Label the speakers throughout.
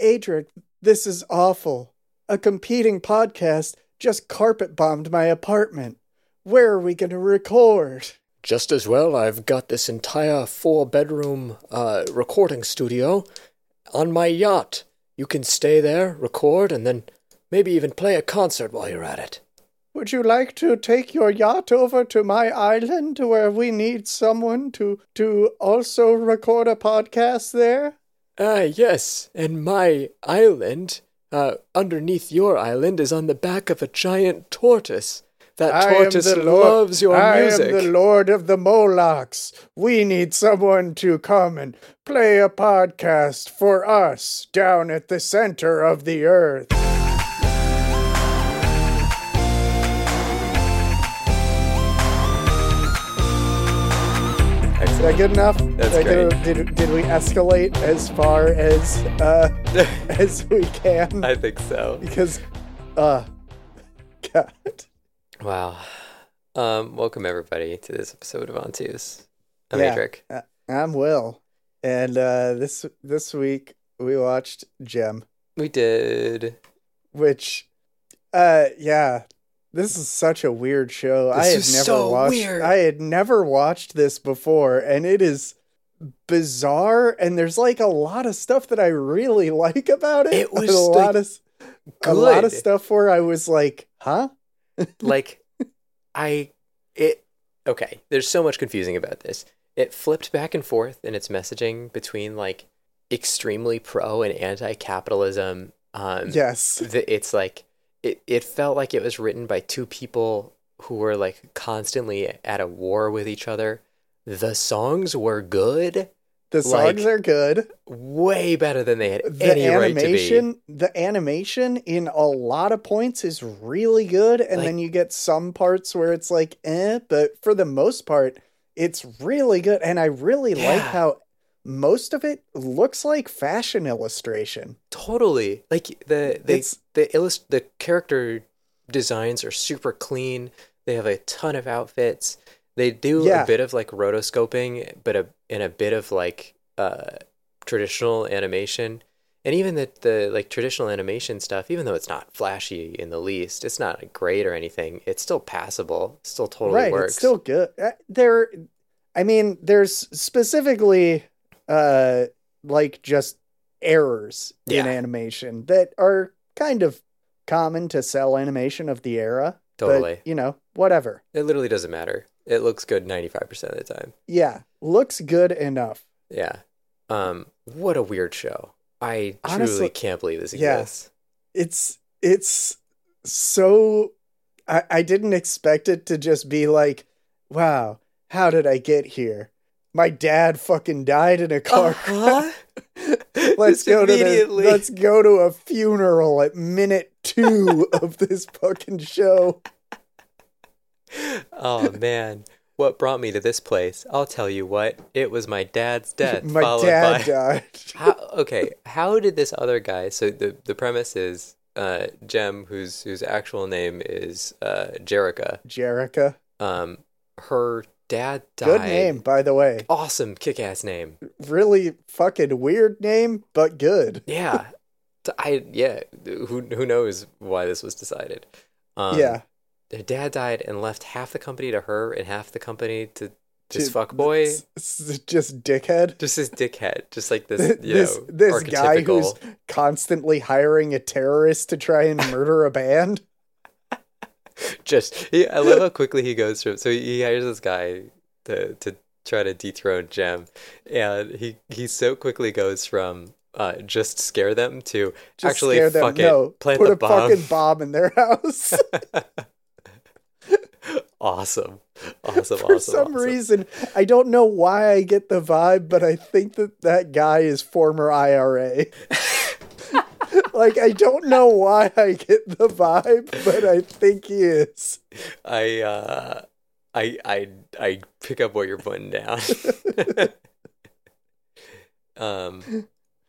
Speaker 1: Adric, this is awful. A competing podcast just carpet bombed my apartment. Where are we going to record?
Speaker 2: Just as well, I've got this entire four bedroom uh, recording studio on my yacht. You can stay there, record, and then maybe even play a concert while you're at it.
Speaker 1: Would you like to take your yacht over to my island where we need someone to to also record a podcast there?
Speaker 2: Ah, yes, and my island, uh, underneath your island, is on the back of a giant tortoise. That
Speaker 1: I am
Speaker 2: tortoise
Speaker 1: the lord-
Speaker 2: loves your
Speaker 1: I
Speaker 2: music.
Speaker 1: am the lord of the Molochs. We need someone to come and play a podcast for us down at the center of the earth. Is that good enough?
Speaker 3: That's
Speaker 1: Like, Did, did, did we escalate as far as uh, as we can?
Speaker 3: I think so.
Speaker 1: because, uh, God.
Speaker 3: Wow. Um, welcome everybody to this episode of On Twos. I'm
Speaker 1: Yeah.
Speaker 3: Adric.
Speaker 1: Uh, I'm Will, and uh, this this week we watched Gem,
Speaker 3: We did.
Speaker 1: which, uh, yeah, this is such a weird show. I
Speaker 3: This
Speaker 1: had
Speaker 3: is
Speaker 1: never
Speaker 3: so
Speaker 1: watched.
Speaker 3: weird.
Speaker 1: I had never watched this before, and it is bizarre. And there's like a lot of stuff that I really like about it.
Speaker 3: It was,
Speaker 1: a lot
Speaker 3: like,
Speaker 1: of s- a lot of
Speaker 3: good.
Speaker 1: stuff where I was like, huh?
Speaker 3: Like, I it. Okay, there's so much confusing about this. It flipped back and forth in its messaging between like extremely pro and anti-capitalism. Um,
Speaker 1: Yes.
Speaker 3: the, it's like it, it felt like it was written by two people who were like constantly at a war with each other. The songs were good,
Speaker 1: The songs
Speaker 3: Like,
Speaker 1: are good.
Speaker 3: way better than they had
Speaker 1: the
Speaker 3: any right to be.
Speaker 1: animation the animation in a lot of points is really good and
Speaker 3: Like-
Speaker 1: then you get some parts where it's like eh but for the most part it's really good and i really like
Speaker 3: Yeah.
Speaker 1: how most of it looks like fashion illustration
Speaker 3: Totally. Like the they,
Speaker 1: It's-
Speaker 3: the illust the character designs are super clean. They have a ton of outfits. They do
Speaker 1: Yeah.
Speaker 3: a bit of like rotoscoping, but a and a bit of like uh traditional animation. And even the the like traditional animation stuff, even though it's not flashy in the least, it's not great or anything. It's still passable. It still totally
Speaker 1: right
Speaker 3: works.
Speaker 1: it's still good Uh, there i mean there's specifically uh like just errors in
Speaker 3: Yeah.
Speaker 1: animation that are kind of common to sell animation of the era but,
Speaker 3: totally.
Speaker 1: you know whatever
Speaker 3: It literally doesn't matter. It looks good 95% of the time.
Speaker 1: yeah looks good enough
Speaker 3: Yeah. Um, what a weird show. I
Speaker 1: Honestly-
Speaker 3: truly can't believe this
Speaker 1: Yeah.
Speaker 3: exists.
Speaker 1: it's it's so I, I didn't expect it to just be like wow how did i get here my dad fucking died
Speaker 3: Oh,
Speaker 1: in a car crash. Uh-huh. let's
Speaker 3: Just
Speaker 1: go to the,
Speaker 3: immediately.
Speaker 1: let's go to a funeral at minute two of this fucking show.
Speaker 3: Oh man. What brought me to this place? I'll tell you what. It was my dad's death.
Speaker 1: My
Speaker 3: followed
Speaker 1: dad
Speaker 3: by...
Speaker 1: died.
Speaker 3: how, okay, how did this other guy? So the the premise is uh, Jem, whose whose actual name is uh, Jerica.
Speaker 1: Jerica,
Speaker 3: Um, her dad died.
Speaker 1: good name by the way.
Speaker 3: Awesome, kick-ass name.
Speaker 1: Really fucking weird name, but good.
Speaker 3: Yeah, T- I yeah. Who who knows why this was decided? Um,
Speaker 1: yeah,
Speaker 3: her dad died and left half the company to her and half the company to this
Speaker 1: To-
Speaker 3: fuckboy,
Speaker 1: S- s- just dickhead.
Speaker 3: just this dickhead, just like this,
Speaker 1: Th-
Speaker 3: you
Speaker 1: This
Speaker 3: know,
Speaker 1: this guy who's
Speaker 3: archetypical-
Speaker 1: constantly hiring a terrorist to try and murder a band.
Speaker 3: just. He, I love how quickly he goes through. So he hires this guy to to try to dethrone Jem, and he he so quickly goes from uh, just scare them to
Speaker 1: Just
Speaker 3: actually
Speaker 1: scare them.
Speaker 3: fuck
Speaker 1: no,
Speaker 3: it, plant
Speaker 1: put
Speaker 3: the
Speaker 1: a
Speaker 3: bomb.
Speaker 1: fucking bomb in their house.
Speaker 3: awesome, awesome,
Speaker 1: for
Speaker 3: awesome.
Speaker 1: some
Speaker 3: awesome.
Speaker 1: reason i don't know why i get the vibe but i think that that guy is former ira like i don't know why i get the vibe but i think he is
Speaker 3: I uh I I I pick up what you're putting down. um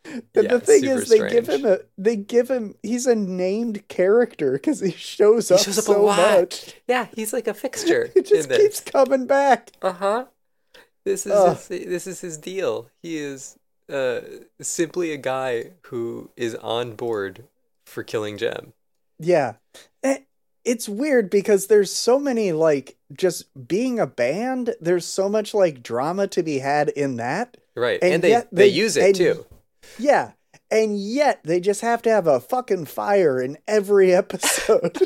Speaker 1: and
Speaker 3: Yeah,
Speaker 1: the thing
Speaker 3: super
Speaker 1: is they give
Speaker 3: strange.
Speaker 1: him a they give him he's a named character because he shows up
Speaker 3: shows up a
Speaker 1: so
Speaker 3: lot.
Speaker 1: much
Speaker 3: yeah, he's like a fixture
Speaker 1: it just
Speaker 3: in this.
Speaker 1: keeps coming back
Speaker 3: Uh-huh. This is
Speaker 1: Ugh.
Speaker 3: his, this is his deal. He is uh, simply a guy who is on board for killing Jem.
Speaker 1: Yeah. Eh, It's weird because there's so many, like, just being a band, there's so much, like, drama to be had in that.
Speaker 3: Right. And,
Speaker 1: And
Speaker 3: they,
Speaker 1: yet
Speaker 3: they
Speaker 1: they-
Speaker 3: use it
Speaker 1: and-
Speaker 3: too.
Speaker 1: Yeah. And yet they just have to have a fucking fire in every episode.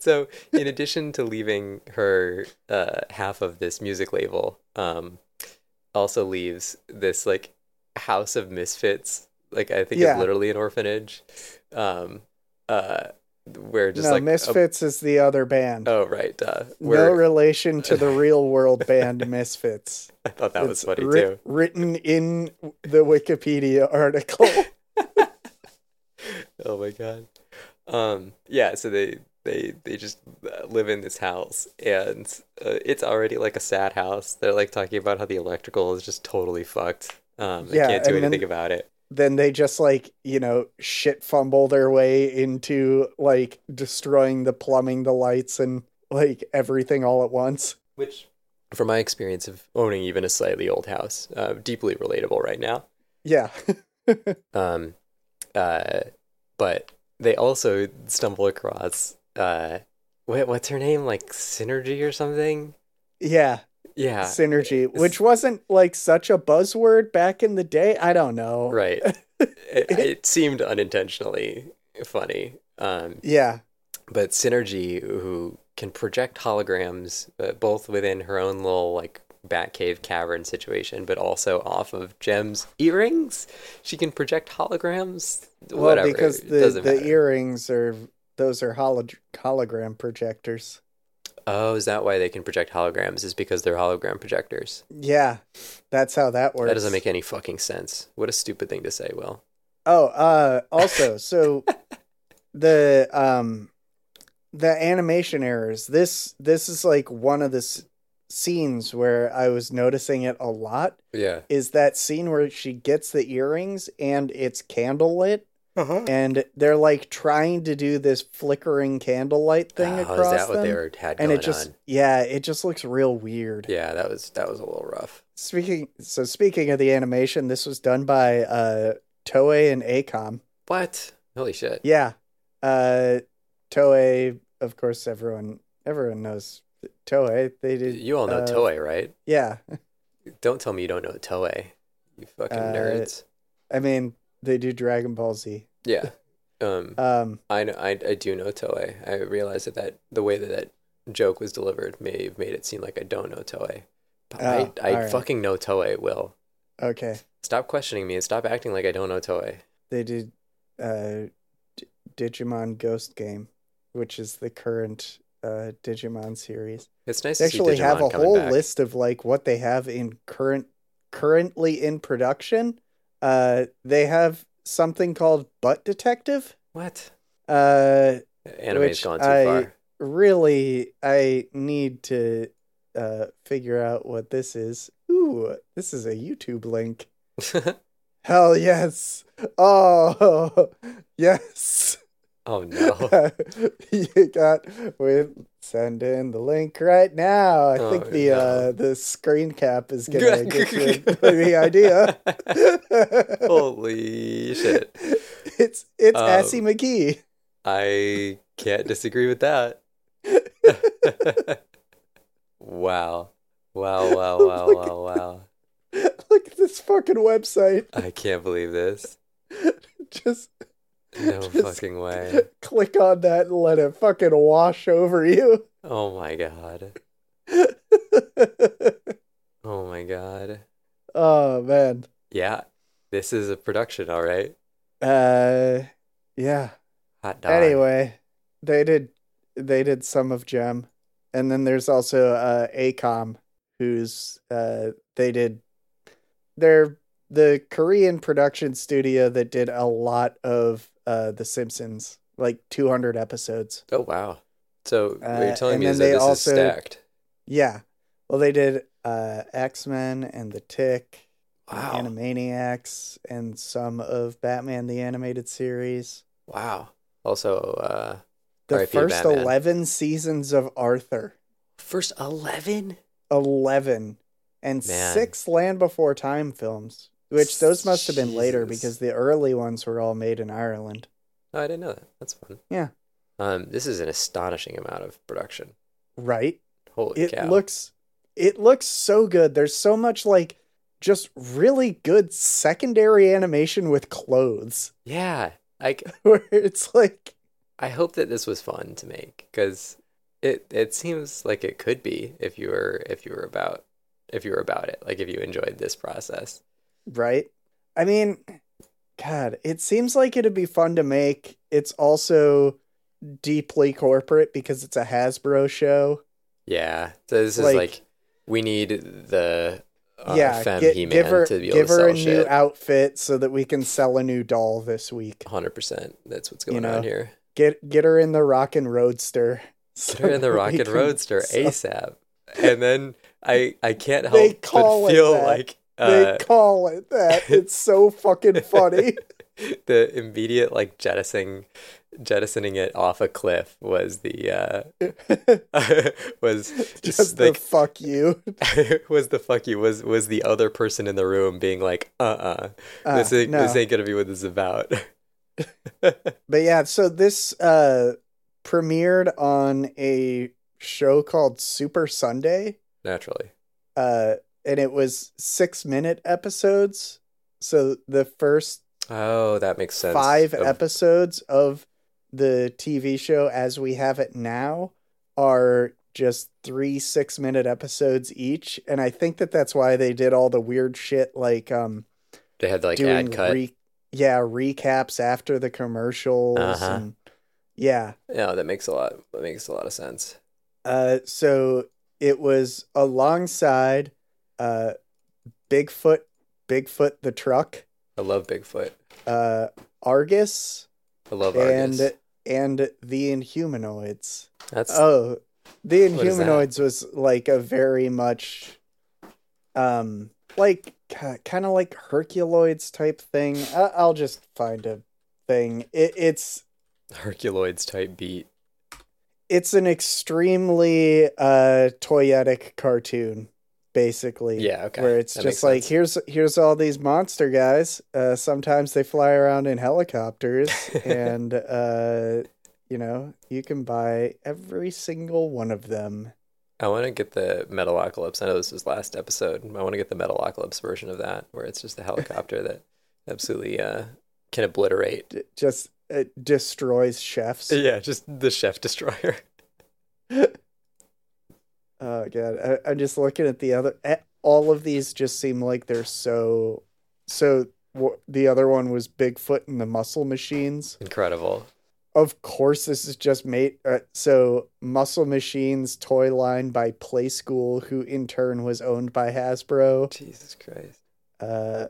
Speaker 3: So, in addition to leaving her uh, half of this music label, um, also leaves this like house of misfits. Like, I think
Speaker 1: Yeah.
Speaker 3: it's literally an orphanage. Um, uh, where just
Speaker 1: no,
Speaker 3: like. a-
Speaker 1: Misfits is the other band.
Speaker 3: oh, right. Duh.
Speaker 1: no
Speaker 3: Where
Speaker 1: relation to the real world band Misfits.
Speaker 3: I thought that
Speaker 1: It's
Speaker 3: was funny
Speaker 1: writ-
Speaker 3: too.
Speaker 1: Written in the Wikipedia article.
Speaker 3: Oh my god. Um yeah, so they they they just uh, live in this house and uh, it's already like a sad house. They're like talking about how the electrical is just totally fucked. Um they
Speaker 1: Yeah,
Speaker 3: can't do
Speaker 1: and then-
Speaker 3: anything about it.
Speaker 1: then they just like you know shit fumble their way into like destroying the plumbing the lights and like everything all at once
Speaker 3: Which from my experience of owning even a slightly old house, uh deeply relatable right now.
Speaker 1: yeah
Speaker 3: Um, uh, but they also stumble across uh what, what's her name like Synergy or something?
Speaker 1: yeah
Speaker 3: Yeah.
Speaker 1: synergy
Speaker 3: it's-
Speaker 1: which wasn't like such a buzzword back in the day i don't know
Speaker 3: Right. it, it seemed unintentionally funny. Um,
Speaker 1: yeah
Speaker 3: but Synergy, who can project holograms uh, both within her own little like Batcave cavern situation, but also off of Gem's earrings, she can project holograms. Whatever.
Speaker 1: well because
Speaker 3: it
Speaker 1: the
Speaker 3: doesn't
Speaker 1: the
Speaker 3: matter.
Speaker 1: earrings are those are holo- hologram projectors
Speaker 3: oh, is that why they can project holograms? Is because they're hologram projectors?
Speaker 1: yeah that's how that works
Speaker 3: That doesn't make any fucking sense. What a stupid thing to say. Will.
Speaker 1: Oh, uh also, so the um the animation errors. This this is like one of the s- scenes where I was noticing it a lot
Speaker 3: yeah,
Speaker 1: is that scene where she gets the earrings and it's candlelit and they're like trying to do this flickering candlelight thing
Speaker 3: oh,
Speaker 1: across
Speaker 3: is that what
Speaker 1: them.
Speaker 3: they were had
Speaker 1: and
Speaker 3: going
Speaker 1: it just
Speaker 3: on?
Speaker 1: yeah, it just looks real weird.
Speaker 3: Yeah, that was that was a little rough.
Speaker 1: Speaking so speaking of the animation, this was done by uh Toei and Acom.
Speaker 3: What? Holy shit.
Speaker 1: Yeah. Uh Toei, of course everyone everyone knows Toei. They did
Speaker 3: You all know
Speaker 1: uh,
Speaker 3: Toei, right?
Speaker 1: Yeah.
Speaker 3: Don't tell me you don't know Toei. You fucking
Speaker 1: Uh,
Speaker 3: nerds.
Speaker 1: I mean, they do Dragon Ball Z.
Speaker 3: Yeah. Um,
Speaker 1: Um
Speaker 3: I, kn- I I do know Toei. I realize that, that the way that that joke was delivered may have made it seem like I don't know Toei. But
Speaker 1: Oh,
Speaker 3: I, I
Speaker 1: alright.
Speaker 3: fucking know Toei, Will.
Speaker 1: okay.
Speaker 3: Stop questioning me and stop acting like I don't know Toei.
Speaker 1: They did uh D- Digimon Ghost Game, which is the current uh Digimon series.
Speaker 3: It's nice
Speaker 1: They
Speaker 3: to see Digimon
Speaker 1: actually have a
Speaker 3: coming
Speaker 1: whole
Speaker 3: back.
Speaker 1: list of like what they have in current currently in production. Uh they have something called Butt Detective.
Speaker 3: What?
Speaker 1: Uh
Speaker 3: Anime's
Speaker 1: Which
Speaker 3: gone too
Speaker 1: I-
Speaker 3: far.
Speaker 1: really I need to uh figure out what this is. Ooh, this is a YouTube link. Hell yes. Oh yes.
Speaker 3: oh no.
Speaker 1: you got we send in the link right now. I
Speaker 3: Oh,
Speaker 1: think the
Speaker 3: no.
Speaker 1: uh the screen cap is gonna get you the idea.
Speaker 3: Holy shit.
Speaker 1: It's it's
Speaker 3: Um,
Speaker 1: Assie McGee.
Speaker 3: I can't disagree with that. wow. Wow,
Speaker 1: Oh
Speaker 3: wow, wow,
Speaker 1: Look
Speaker 3: wow, wow.
Speaker 1: Look at this fucking website.
Speaker 3: I can't believe this.
Speaker 1: Just
Speaker 3: No
Speaker 1: Just-
Speaker 3: fucking way.
Speaker 1: click on that and let it fucking wash over you.
Speaker 3: Oh my god. Oh my god.
Speaker 1: oh man.
Speaker 3: Yeah. This is a production, all right.
Speaker 1: Uh yeah.
Speaker 3: Hot dog.
Speaker 1: Anyway, they did they did some of Gem. And then there's also uh Acom who's uh they did they're the Korean production studio that did a lot of uh The Simpsons, like 200 episodes.
Speaker 3: Oh wow. So what
Speaker 1: Uh,
Speaker 3: you're telling
Speaker 1: and
Speaker 3: me is
Speaker 1: then
Speaker 3: that
Speaker 1: they
Speaker 3: this
Speaker 1: also-
Speaker 3: is stacked.
Speaker 1: Yeah. Well, they did uh X-Men and The Tick.
Speaker 3: Wow.
Speaker 1: Animaniacs and some of Batman the animated series.
Speaker 3: Wow. Also, uh
Speaker 1: The
Speaker 3: R.I.P.
Speaker 1: first
Speaker 3: Batman.
Speaker 1: 11 seasons of Arthur.
Speaker 3: first eleven?
Speaker 1: 11 and
Speaker 3: Man.
Speaker 1: 6 Land Before Time films. Which those must have been later
Speaker 3: Jesus.
Speaker 1: because the early ones were all made in Ireland.
Speaker 3: Oh, I didn't know that. That's fun.
Speaker 1: Yeah.
Speaker 3: Um, this is an astonishing amount of production.
Speaker 1: Right?
Speaker 3: Holy
Speaker 1: it
Speaker 3: cow!
Speaker 1: looks it looks so good there's so much like just really good secondary animation with clothes
Speaker 3: yeah, like
Speaker 1: where it's like
Speaker 3: I hope that this was fun to make because it it seems like it could be if you were if you were about if you were about it like if you enjoyed this process.
Speaker 1: right i mean god it seems like it'd be fun to make it's also deeply corporate because it's a hasbro show
Speaker 3: Yeah. So this
Speaker 1: Like-
Speaker 3: is like we need the uh,
Speaker 1: yeah
Speaker 3: femme
Speaker 1: gi-
Speaker 3: He-Man
Speaker 1: give her,
Speaker 3: to be able
Speaker 1: give
Speaker 3: to
Speaker 1: her
Speaker 3: sell
Speaker 1: a new
Speaker 3: shit.
Speaker 1: outfit so that we can sell a new doll this week
Speaker 3: Hundred percent. That's what's
Speaker 1: You
Speaker 3: going
Speaker 1: know.
Speaker 3: on here.
Speaker 1: get get her in the rockin' roadster so
Speaker 3: Get her in the
Speaker 1: that we
Speaker 3: Rocket
Speaker 1: can
Speaker 3: Roadster
Speaker 1: sell-
Speaker 3: ASAP, and then I I can't help
Speaker 1: They call
Speaker 3: but
Speaker 1: it
Speaker 3: feel
Speaker 1: that.
Speaker 3: like uh,
Speaker 1: they call it that. It's so fucking funny.
Speaker 3: the immediate like jettisoning jettisoning it off a cliff was the uh was
Speaker 1: Just
Speaker 3: just
Speaker 1: the
Speaker 3: like
Speaker 1: fuck you.
Speaker 3: was the fuck you was was the other person in the room being like uh-uh
Speaker 1: Uh,
Speaker 3: this ain't
Speaker 1: no.
Speaker 3: this ain't gonna be what this is about
Speaker 1: But yeah, so this uh premiered on a show called Super Sunday.
Speaker 3: naturally
Speaker 1: Uh and it was six minute episodes. So the first
Speaker 3: oh that makes sense
Speaker 1: five
Speaker 3: Of-
Speaker 1: episodes of the TV show as we have it now are just three six minute episodes each. And I think that that's why they did all the weird shit like um
Speaker 3: they had like
Speaker 1: doing
Speaker 3: ad cut
Speaker 1: re- yeah recaps after the commercials
Speaker 3: Uh-huh.
Speaker 1: and yeah
Speaker 3: yeah that makes a lot that makes a lot of sense
Speaker 1: uh so it was alongside uh bigfoot bigfoot the truck
Speaker 3: i love bigfoot
Speaker 1: uh argus
Speaker 3: i love
Speaker 1: and
Speaker 3: Argus.
Speaker 1: and the inhumanoids
Speaker 3: that's
Speaker 1: oh the
Speaker 3: What is that?
Speaker 1: inhumanoids was like a very much um like kind of like herculoids type thing I- i'll just find a thing it- it's
Speaker 3: herculoids type beat
Speaker 1: it's an extremely uh toyetic cartoon basically
Speaker 3: yeah okay
Speaker 1: where it's
Speaker 3: That
Speaker 1: just
Speaker 3: makes
Speaker 1: like
Speaker 3: sense.
Speaker 1: here's here's all these monster guys uh sometimes they fly around in helicopters and uh you know you can buy every single one of them
Speaker 3: I want to get the Metalocalypse. I know this was last episode. I want to get the Metalocalypse version of that, where it's just a helicopter that absolutely uh, can obliterate.
Speaker 1: D- just it destroys chefs
Speaker 3: Yeah, just the Chef Destroyer.
Speaker 1: oh god I, i'm just looking at the other eh, all of these just seem like they're so so wh- the other one was bigfoot and the muscle machines
Speaker 3: Incredible.
Speaker 1: of course this is just made uh, so muscle machines toy line by play school who in turn was owned by hasbro
Speaker 3: Jesus Christ.
Speaker 1: uh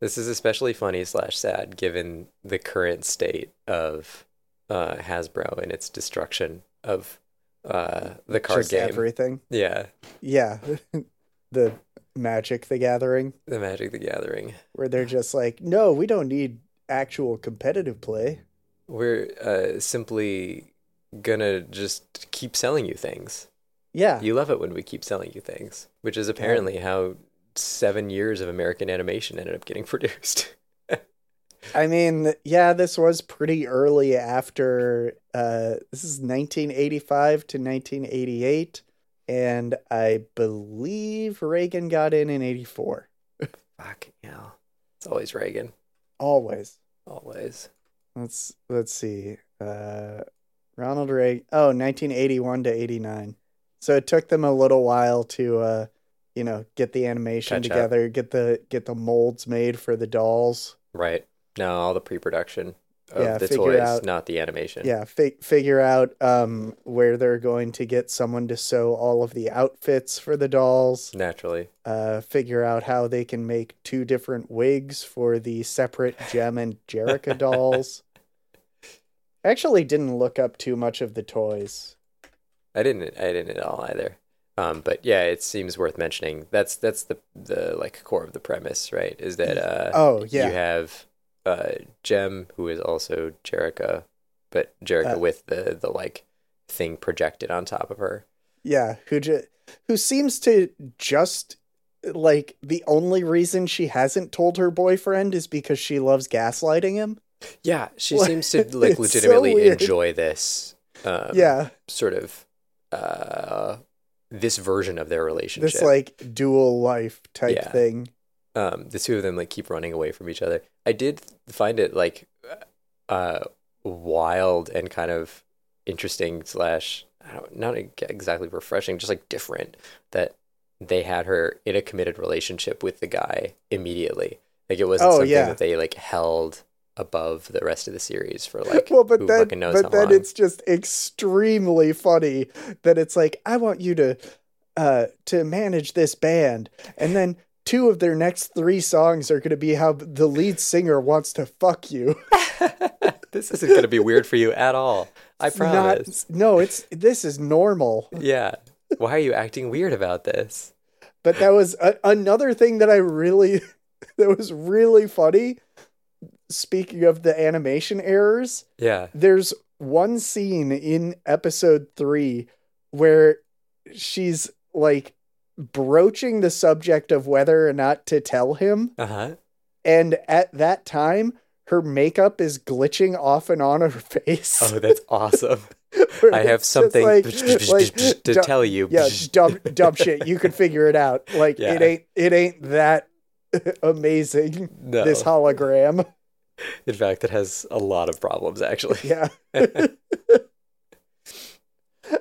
Speaker 3: This is especially funny slash sad given the current state of uh, Hasbro and its destruction of uh, the card
Speaker 1: just
Speaker 3: game.
Speaker 1: everything
Speaker 3: Yeah,
Speaker 1: yeah the magic the gathering
Speaker 3: the Magic the Gathering.
Speaker 1: where they're just like no we don't need actual competitive play
Speaker 3: We're uh, simply gonna just keep selling you things.
Speaker 1: yeah
Speaker 3: You love it when we keep selling you things, which is apparently how seven years of American animation ended up getting produced.
Speaker 1: i mean yeah this was pretty early after uh this is 1985 to 1988 and i believe reagan got in in 84
Speaker 3: Fucking hell. It's always Reagan.
Speaker 1: always
Speaker 3: Always.
Speaker 1: let's let's see uh ronald reagan oh 1981 to 89 so it took them a little while to uh you know get the animation
Speaker 3: Catch up.
Speaker 1: together get the get the molds made for the dolls
Speaker 3: Right. Now all the pre production of
Speaker 1: Yeah,
Speaker 3: the
Speaker 1: figure
Speaker 3: toys,
Speaker 1: out-
Speaker 3: not the animation.
Speaker 1: yeah fi- figure out um where they're going to get someone to sew all of the outfits for the dolls
Speaker 3: Naturally.
Speaker 1: uh figure out how they can make two different wigs for the separate gem and jerica dolls I actually didn't look up too much of the toys
Speaker 3: Uh, I didn't I didn't at all either. Um, but yeah, it seems worth mentioning. That's that's the the like core of the premise, right? Is that uh
Speaker 1: Oh yeah,
Speaker 3: you have uh Jem who is also Jerica, but Jerica
Speaker 1: Uh,
Speaker 3: with the the like thing projected on top of her.
Speaker 1: yeah. Who ju- who seems to just like the only reason she hasn't told her boyfriend is because she loves gaslighting him.
Speaker 3: Yeah, she
Speaker 1: What?
Speaker 3: seems to like
Speaker 1: It's so
Speaker 3: legitimately
Speaker 1: weird.
Speaker 3: enjoy this. Um,
Speaker 1: yeah,
Speaker 3: sort of uh, this version of their relationship.
Speaker 1: this like dual life type
Speaker 3: Yeah.
Speaker 1: thing.
Speaker 3: um, the two of them like keep running away from each other. I did find it like uh, wild and kind of interesting slash I don't, not e-, exactly refreshing, just like different that they had her in a committed relationship with the guy immediately. Like it wasn't
Speaker 1: Oh,
Speaker 3: something
Speaker 1: yeah.
Speaker 3: that they like held above the rest of the series for like
Speaker 1: well, but
Speaker 3: who
Speaker 1: then,
Speaker 3: fucking knows
Speaker 1: but
Speaker 3: how
Speaker 1: then
Speaker 3: long.
Speaker 1: it's just extremely funny that it's like I want you to, uh, to manage this band, and then two of their next three songs are going to be how the lead singer wants to fuck you.
Speaker 3: this isn't going to be weird for you at all. I
Speaker 1: It's not-
Speaker 3: promise.
Speaker 1: no, it's this is normal.
Speaker 3: Yeah. Why are you acting weird about this?
Speaker 1: But that was a- another thing that I really that was really funny. Speaking of the animation errors,
Speaker 3: Yeah.
Speaker 1: there's one scene in episode 3 where she's like broaching the subject of whether or not to tell him
Speaker 3: Uh huh.
Speaker 1: and at that time her makeup is glitching off and on her face.
Speaker 3: Oh, that's awesome.
Speaker 1: Where
Speaker 3: Oh, I
Speaker 1: it's
Speaker 3: have
Speaker 1: just
Speaker 3: something
Speaker 1: like- like,
Speaker 3: to
Speaker 1: du-
Speaker 3: tell you.
Speaker 1: yeah, dumb dumb shit. You could figure it out. Like
Speaker 3: Yeah.
Speaker 1: it ain't it ain't that amazing.
Speaker 3: No.
Speaker 1: This hologram.
Speaker 3: In fact, it has a lot of problems, actually.
Speaker 1: Yeah.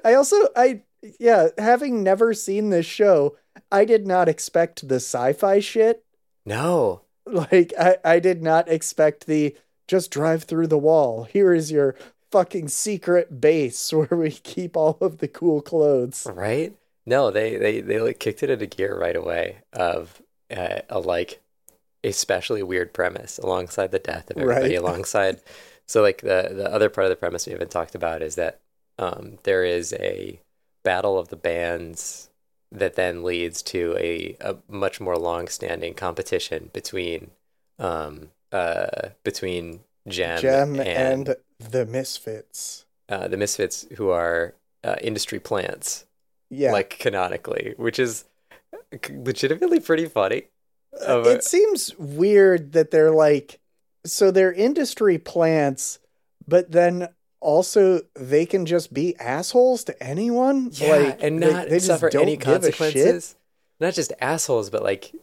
Speaker 1: I also I yeah, having never seen this show, I did not expect the sci-fi shit.
Speaker 3: No.
Speaker 1: Like I I did not expect the just drive through the wall. Here is your fucking secret base where we keep all of the cool clothes.
Speaker 3: Right? No, they, they, they like kicked it into gear right away of uh, a like especially weird premise alongside the death of everybody
Speaker 1: Right.
Speaker 3: alongside so like the the other part of the premise we haven't talked about is that um there is a battle of the bands that then leads to a, a much more long-standing competition between um uh between Gem,
Speaker 1: Gem and the Misfits.
Speaker 3: uh, the Misfits who are uh, industry plants
Speaker 1: Yeah.
Speaker 3: like canonically, which is c- legitimately pretty funny. of a-
Speaker 1: it seems weird that they're like so they're industry plants but then also they can just be assholes to anyone like
Speaker 3: and
Speaker 1: they-
Speaker 3: not
Speaker 1: they just
Speaker 3: suffer
Speaker 1: don't
Speaker 3: any
Speaker 1: give a shit.
Speaker 3: consequences. Not just assholes, but like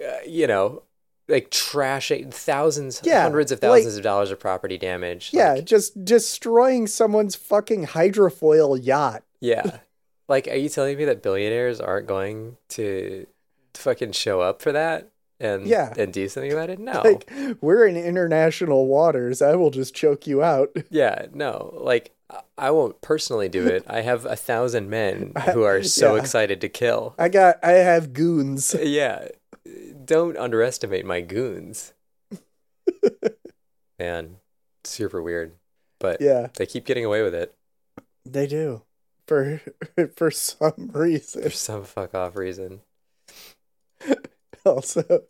Speaker 3: uh, you know, like trashing thousands,
Speaker 1: Yeah,
Speaker 3: hundreds of
Speaker 1: like-
Speaker 3: thousands of dollars of property damage.
Speaker 1: yeah
Speaker 3: like-
Speaker 1: just destroying someone's fucking hydrofoil yacht
Speaker 3: yeah. Like, are you telling me that billionaires aren't going to fucking show up for that and
Speaker 1: Yeah.
Speaker 3: and do something about it? No.
Speaker 1: like we're in international waters i will just choke you out
Speaker 3: Yeah, no, like I- I won't personally do it. I have a thousand men who are so
Speaker 1: Yeah.
Speaker 3: excited to kill.
Speaker 1: i got i have goons
Speaker 3: Yeah, don't underestimate my goons. Man, super weird, but
Speaker 1: yeah
Speaker 3: they keep getting away with it
Speaker 1: they do for for some reason
Speaker 3: for some fuck off reason.
Speaker 1: also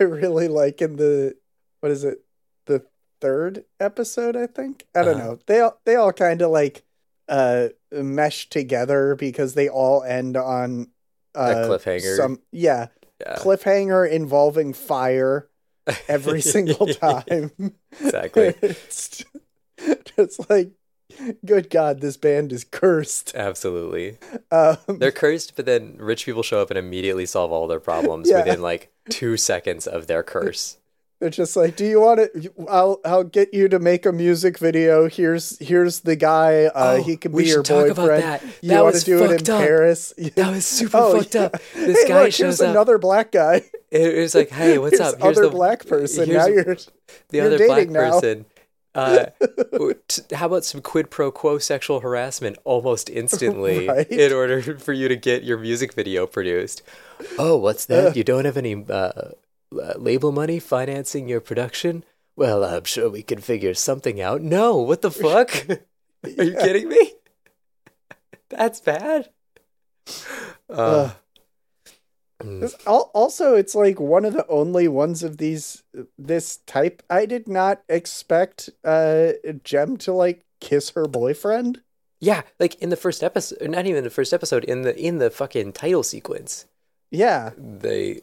Speaker 1: i really like in the what is it the third episode i think i don't
Speaker 3: Uh-huh.
Speaker 1: know they all they all kind of like uh mesh together because they all end on uh
Speaker 3: cliffhanger.
Speaker 1: some yeah
Speaker 3: Yeah,
Speaker 1: cliffhanger involving fire every single time
Speaker 3: exactly.
Speaker 1: it's just, it's like good god this band is cursed
Speaker 3: Absolutely,
Speaker 1: um
Speaker 3: they're cursed, but then rich people show up and immediately solve all their problems
Speaker 1: Yeah.
Speaker 3: within like two seconds of their curse.
Speaker 1: They're just like, "Do you want to? I'll I'll get you to make a music video. Here's here's the guy. Uh,
Speaker 2: Oh,
Speaker 1: he could
Speaker 2: we
Speaker 1: be your
Speaker 2: should talk
Speaker 1: boyfriend.
Speaker 2: about that.
Speaker 1: You
Speaker 2: That
Speaker 1: want to
Speaker 2: was
Speaker 1: do it in
Speaker 2: fucked up.
Speaker 1: Paris?
Speaker 2: That was super
Speaker 1: Oh,
Speaker 2: fucked
Speaker 1: yeah.
Speaker 2: up. This
Speaker 1: hey,
Speaker 2: guy
Speaker 1: look,
Speaker 2: shows
Speaker 1: here's
Speaker 2: up.
Speaker 1: another black guy.
Speaker 3: It was like, hey, what's
Speaker 1: here's
Speaker 3: up? Here's
Speaker 1: other
Speaker 3: the
Speaker 1: black person.
Speaker 3: here's
Speaker 1: Now you're
Speaker 3: the
Speaker 1: you're
Speaker 3: other black
Speaker 1: dating now.
Speaker 3: person. Uh, w- t- how about some quid pro quo sexual harassment almost instantly
Speaker 1: Right.
Speaker 3: in order for you to get your music video produced? Oh, what's that? you don't have any uh, uh, label money financing your production? Well, I'm sure we can figure something out. No, what the fuck? Are you kidding me? That's bad. Uh, Mm.
Speaker 1: Ugh. This- al- Also, it's like one of the only ones of these this type. I did not expect uh Jem to like kiss her boyfriend.
Speaker 3: Yeah, like in the first episode, not even the first episode, in the in the fucking title sequence,
Speaker 1: Yeah.
Speaker 3: they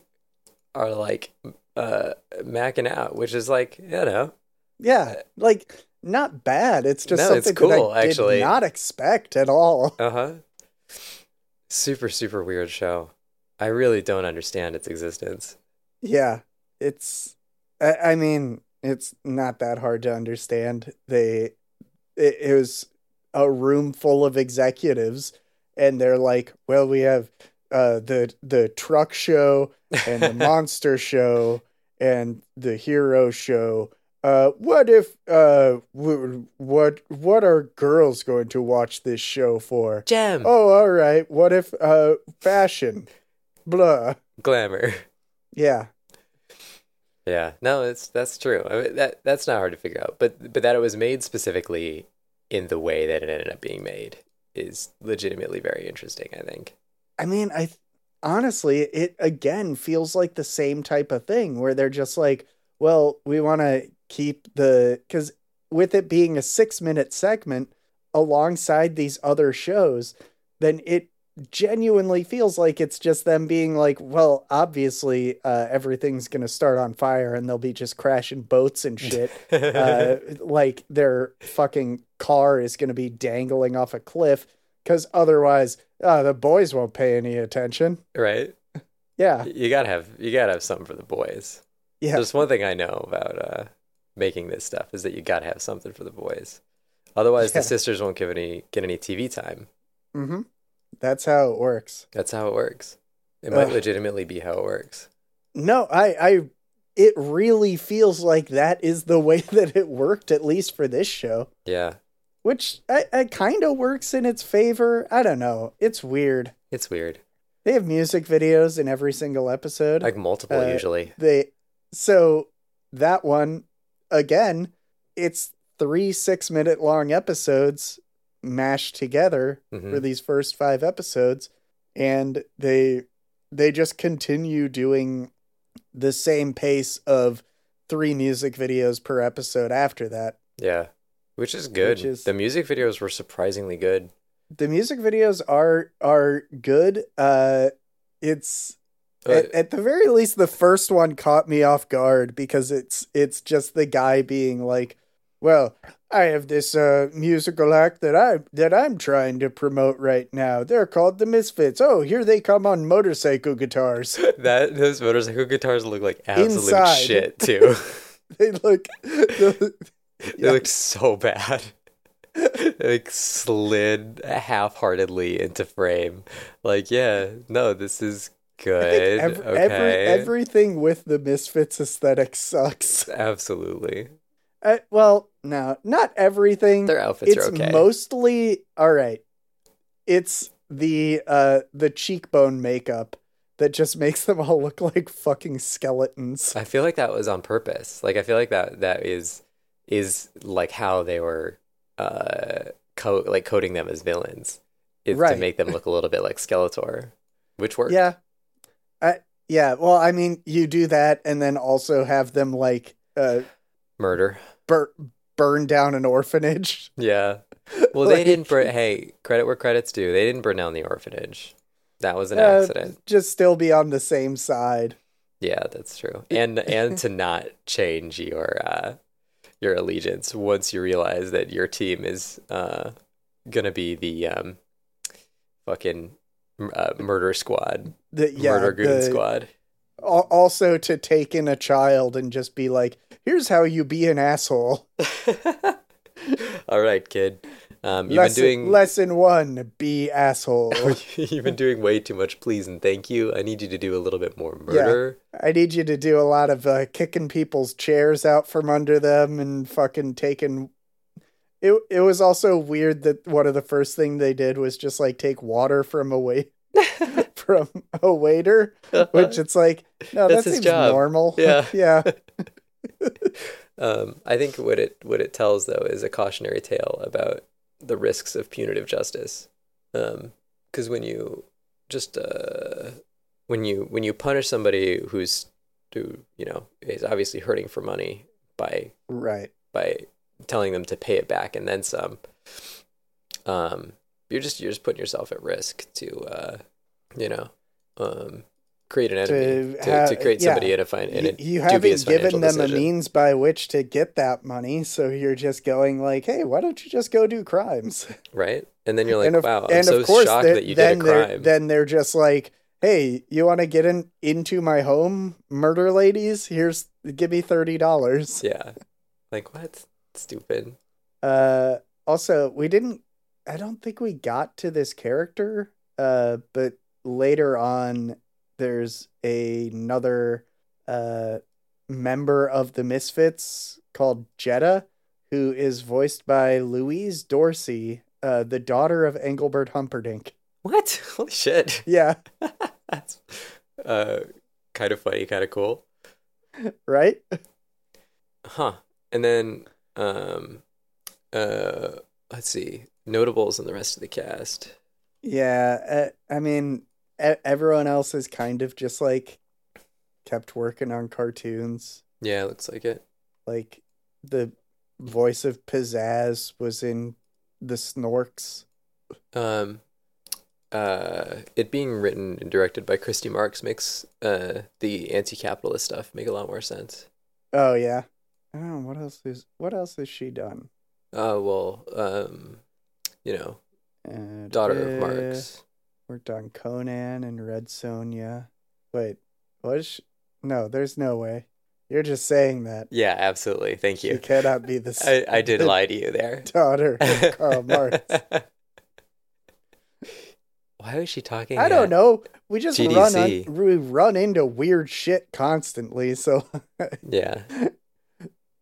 Speaker 3: are like uh macking out, which is like, you know,
Speaker 1: Yeah. Like not bad. It's just
Speaker 3: No,
Speaker 1: something
Speaker 3: it's
Speaker 1: that
Speaker 3: cool,
Speaker 1: I
Speaker 3: actually.
Speaker 1: did not expect at all.
Speaker 3: uh-huh. Super, super weird show. I really don't understand its existence.
Speaker 1: Yeah, it's. I, I mean, it's not that hard to understand. They, it, it was a room full of executives, and they're like, "Well, we have uh the the truck show and the monster show and the hero show. Uh, what if uh, w- what what are girls going to watch this show for?
Speaker 3: Gem.
Speaker 1: Oh, all right. What if uh fashion, blah,
Speaker 3: Glamour.
Speaker 1: yeah."
Speaker 3: Yeah, no, it's that's true. I mean, that that's not hard to figure out. But but that it was made specifically in the way that it ended up being made is legitimately very interesting. I think.
Speaker 1: I mean, I th- honestly, it again feels like the same type of thing where they're just like, well, we want to keep the because with it being a six minute segment alongside these other shows, then it genuinely feels like it's just them being like, well, obviously, uh, everything's going to start on fire and they'll be just crashing boats and shit uh, like their fucking car is going to be dangling off a cliff because otherwise uh, the boys won't pay any attention.
Speaker 3: right?
Speaker 1: Yeah,
Speaker 3: You gotta have you gotta have something for the boys.
Speaker 1: yeah,
Speaker 3: There's one thing I know about uh, making this stuff is that you gotta have something for the boys. Otherwise,
Speaker 1: Yeah.
Speaker 3: the sisters won't give any get any TV time.
Speaker 1: hmm that's how it works.
Speaker 3: That's how it works. It might
Speaker 1: Ugh.
Speaker 3: legitimately be how it works.
Speaker 1: No, I, I, it really feels like that is the way that it worked, at least for this show,
Speaker 3: Yeah,
Speaker 1: which I, I kind of works in its favor. I don't know. It's weird.
Speaker 3: it's weird.
Speaker 1: They have music videos in every single episode.
Speaker 3: Like multiple
Speaker 1: Uh,
Speaker 3: usually.
Speaker 1: they so that one again it's three six minute long episodes mashed together
Speaker 3: Mhm.
Speaker 1: for these first five episodes and they they just continue doing the same pace of three music videos per episode after that
Speaker 3: Yeah, which is good.
Speaker 1: Which is-
Speaker 3: The music videos were surprisingly good.
Speaker 1: the music videos are are good uh it's
Speaker 3: Uh,
Speaker 1: At, at the very least, the first one caught me off guard because it's it's just the guy being like, "Well, I have this uh, musical act that I that I'm trying to promote right now. They're called the Misfits. Oh, here they come on motorcycle guitars.
Speaker 3: that those motorcycle guitars look like absolute
Speaker 1: Inside.
Speaker 3: shit too.
Speaker 1: they look,
Speaker 3: they looked so bad. they like slid half-heartedly into frame. Like, yeah, no, this is
Speaker 1: I think
Speaker 3: good.
Speaker 1: ev-
Speaker 3: okay,
Speaker 1: every, everything with the Misfits aesthetic sucks.
Speaker 3: absolutely.
Speaker 1: Uh, well, no, not everything.
Speaker 3: Their outfits
Speaker 1: it's
Speaker 3: are okay.
Speaker 1: mostly all right. It's the uh the cheekbone makeup that just makes them all look like fucking skeletons.
Speaker 3: I feel like that was on purpose. Like I feel like that that is is like how they were uh co- like coding them as villains is
Speaker 1: Right.
Speaker 3: to make them look a little bit like Skeletor, which worked.
Speaker 1: Yeah. I yeah, well, I mean, you do that and then also have them like uh
Speaker 3: Murder.
Speaker 1: bur- burn down an orphanage.
Speaker 3: Yeah. Well, they
Speaker 1: Like-
Speaker 3: didn't. Bur- hey, credit where credit's due. They didn't burn down the orphanage. That was an
Speaker 1: Uh,
Speaker 3: accident.
Speaker 1: Just still be on the same side.
Speaker 3: Yeah, that's true. And and to not change your uh your allegiance once you realize that your team is uh gonna be the um fucking uh, murder squad,
Speaker 1: The yeah,
Speaker 3: murder goon
Speaker 1: the-
Speaker 3: squad.
Speaker 1: al- also to take in a child and just be like, "Here's how you be an asshole."
Speaker 3: All right, kid. Um, you've
Speaker 1: lesson,
Speaker 3: been doing
Speaker 1: lesson one: be asshole.
Speaker 3: you've been doing way too much. Please and thank you. I need you to do a little bit more murder.
Speaker 1: I need you to do a lot of uh, kicking people's chairs out from under them and fucking taking. It it was also weird that one of the first thing they did was just like take water from a wait from a waiter, which it's like no, that
Speaker 3: That's his
Speaker 1: seems
Speaker 3: job.
Speaker 1: normal.
Speaker 3: Yeah.
Speaker 1: yeah,
Speaker 3: Um, I think what it what it tells though is a cautionary tale about the risks of punitive justice. Because when you just uh, when you when you punish somebody who's who you know is obviously hurting for money by
Speaker 1: right.
Speaker 3: by telling them to pay it back and then some, um, you're just you're just putting yourself at risk to uh, you know um, create an enemy to,
Speaker 1: To have-
Speaker 3: to create
Speaker 1: yeah.
Speaker 3: somebody in a fine in a
Speaker 1: You, you
Speaker 3: dubious
Speaker 1: haven't
Speaker 3: financial
Speaker 1: given them
Speaker 3: decision.
Speaker 1: a means by which to get that money, so you're just going like, "Hey, why don't you just go do crimes?"
Speaker 3: right? And then you're like,
Speaker 1: and of,
Speaker 3: wow, I'm
Speaker 1: and
Speaker 3: so
Speaker 1: of course,
Speaker 3: shocked
Speaker 1: they're-
Speaker 3: that you
Speaker 1: then
Speaker 3: did a
Speaker 1: they're-
Speaker 3: crime.
Speaker 1: Then they're just like, "Hey, you want to get in into my home, murder ladies? Here's give me thirty dollars."
Speaker 3: yeah, like what? Stupid.
Speaker 1: Uh, also, we didn't. I don't think we got to this character. Uh, but later on, there's another uh member of the Misfits called Jetta, who is voiced by Louise Dorsey, uh, the daughter of Engelbert Humperdinck.
Speaker 3: What? Holy shit!
Speaker 1: Yeah,
Speaker 3: That's uh, kind of funny, kind of cool,
Speaker 1: right.
Speaker 3: huh? And then um, uh, let's see, notables and the rest of the cast.
Speaker 1: Yeah, uh, I mean, e- everyone else is kind of just like kept working on cartoons.
Speaker 3: Yeah, looks like it.
Speaker 1: like the voice of pizzazz was in the snorks
Speaker 3: Um, uh, it being written and directed by Christy Marks makes uh the anti-capitalist stuff make a lot more sense.
Speaker 1: oh yeah i don't know what else is what else has she done
Speaker 3: Uh, well, um, you know,
Speaker 1: uh,
Speaker 3: daughter of
Speaker 1: da-
Speaker 3: Marx.
Speaker 1: worked on conan and red sonja wait was she? no there's no way you're just saying that
Speaker 3: Yeah, absolutely. Thank
Speaker 1: she
Speaker 3: you.
Speaker 1: cannot be the s-
Speaker 3: I, I did lie to you there.
Speaker 1: daughter of karl marx
Speaker 3: Why was she talking?
Speaker 1: i don't
Speaker 3: at-
Speaker 1: know we just run
Speaker 3: GDC.
Speaker 1: on, we run into weird shit constantly so
Speaker 3: Yeah,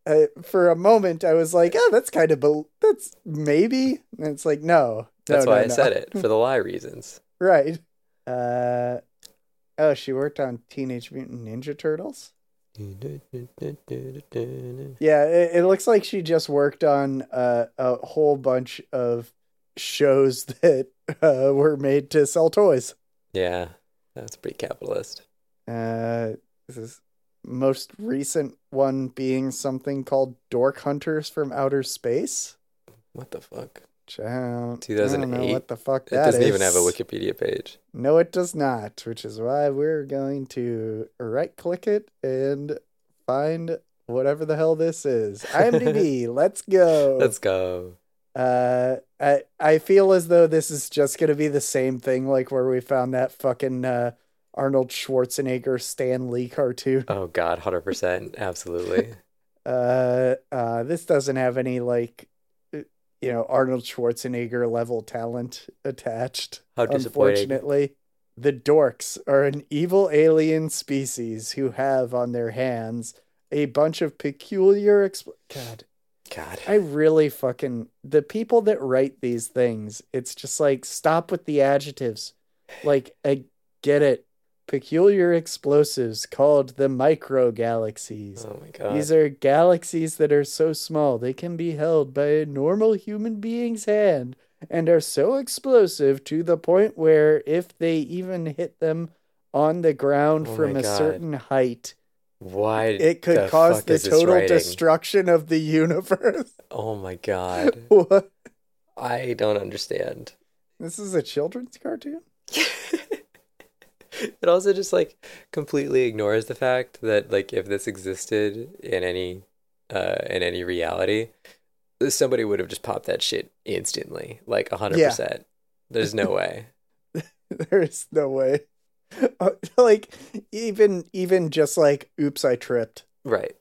Speaker 1: uh, for a moment I was like, oh, that's kind of bel- that's maybe. And it's like, no,
Speaker 3: that's
Speaker 1: no,
Speaker 3: why
Speaker 1: no,
Speaker 3: I
Speaker 1: no.
Speaker 3: said it for the lie reasons.
Speaker 1: Right. Uh, oh, she worked on Teenage Mutant Ninja Turtles. Yeah, it, it looks like she just worked on uh, a whole bunch of shows that uh, were made to sell toys.
Speaker 3: Yeah, that's pretty capitalist.
Speaker 1: Uh, this is most recent one being something called Dork Hunters from Outer Space.
Speaker 3: What the fuck?
Speaker 1: Which I don't- I don't know
Speaker 3: 2008?
Speaker 1: what the fuck
Speaker 3: It
Speaker 1: that
Speaker 3: doesn't even have a
Speaker 1: is.
Speaker 3: Wikipedia page.
Speaker 1: No, it does not, which is why we're going to right click it and find whatever the hell this is. IMDb, let's go.
Speaker 3: Let's go.
Speaker 1: Uh, I, I feel as though this is just going to be the same thing like where we found that fucking uh, Arnold Schwarzenegger Stan Lee cartoon.
Speaker 3: Oh God, hundred percent, absolutely.
Speaker 1: Uh, uh, this doesn't have any like, uh, you know, Arnold Schwarzenegger level talent attached.
Speaker 3: How disappointing.
Speaker 1: Unfortunately, the dorks are an evil alien species who have on their hands a bunch of peculiar. Exp- God,
Speaker 3: God.
Speaker 1: I really fucking. The people that write these things, it's just like, stop with the adjectives. Like, I get it. Peculiar explosives called the micro galaxies.
Speaker 3: Oh my God.
Speaker 1: These are galaxies that are so small they can be held by a normal human being's hand and are so explosive to the point where if they even hit them on the ground
Speaker 3: Oh
Speaker 1: from
Speaker 3: my
Speaker 1: a
Speaker 3: God.
Speaker 1: certain height,
Speaker 3: Why?
Speaker 1: it could
Speaker 3: the
Speaker 1: cause
Speaker 3: fuck
Speaker 1: the
Speaker 3: is this
Speaker 1: total
Speaker 3: writing?
Speaker 1: destruction of the universe.
Speaker 3: Oh my God.
Speaker 1: What?
Speaker 3: I don't understand.
Speaker 1: This is a children's cartoon?
Speaker 3: it also just like completely ignores the fact that like if this existed in any uh in any reality, somebody would have just popped that shit instantly, like a hundred
Speaker 1: Yeah.
Speaker 3: percent. There's no way.
Speaker 1: There's no way. Uh, like even even just like oops I tripped.
Speaker 3: Right.